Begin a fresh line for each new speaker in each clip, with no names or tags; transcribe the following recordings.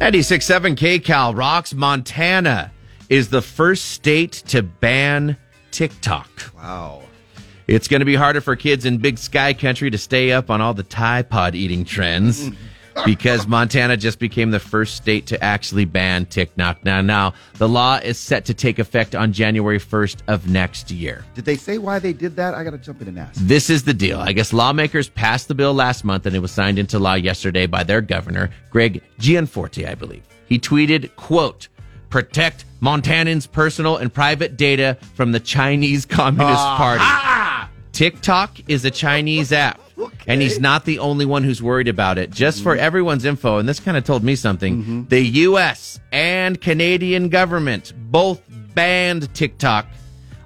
96.7 KCal rocks. Montana is the first state to ban TikTok.
Wow.
It's going to be harder for kids in big sky country to stay up on all the Thai pod eating trends because Montana just became the first state to actually ban TikTok. Now, now, the law is set to take effect on January 1st of next year.
Did they say why they did that? I got to jump in and ask.
This is the deal. I guess lawmakers passed the bill last month and it was signed into law yesterday by their governor, Greg Gianforte, I believe. He tweeted, quote, protect Montanans' personal and private data from the Chinese Communist Party. TikTok is a Chinese app. And he's not the only one who's worried about it. Just for everyone's info, and this kind of told me something, the US and Canadian government both banned TikTok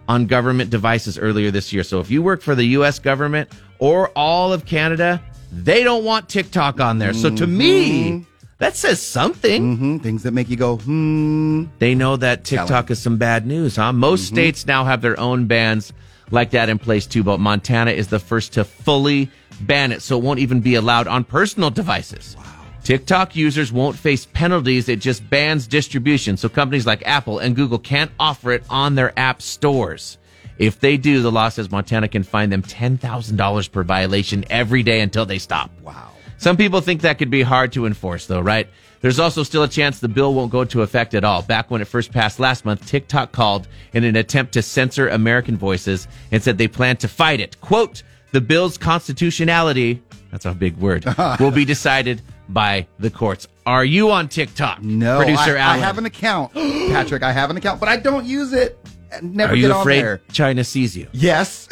on government devices earlier this year. So if you work for the US government or all of Canada, they don't want TikTok on there. So to me, that says something.
Hmm, things that make you go, hmm.
They know that TikTok is some bad news, huh? Most states now have their own bans like that in place too, but Montana is the first to fully ban it. So it won't even be allowed on personal devices. TikTok users won't face penalties. It just bans distribution. So companies like Apple and Google can't offer it on their app stores. If they do, the law says Montana can fine them $10,000 per violation every day until they stop.
Wow.
Some people think that could be hard to enforce, though, right? There's also still a chance the bill won't go into effect at all. Back when it first passed last month, TikTok called in an attempt to censor American voices and said they plan to fight it. Quote, the bill's constitutionality, that's a big word, will be decided by the courts. Are you on TikTok?
No,
Producer
I,
Alan.
I have an account, Patrick. I have an account, but I don't use it. I Never
Are
get
you
on
afraid
there.
China sees you?
Yes.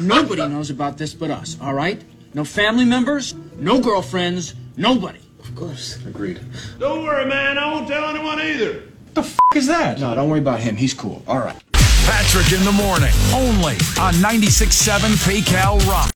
Nobody knows about this but us, all right? No family members, no girlfriends, nobody. Of course, agreed.
Don't worry, man. I won't tell anyone either.
Is that? No, don't worry about him. He's cool. All right.
Patrick in the morning, only on 96.7 PayCal Rock.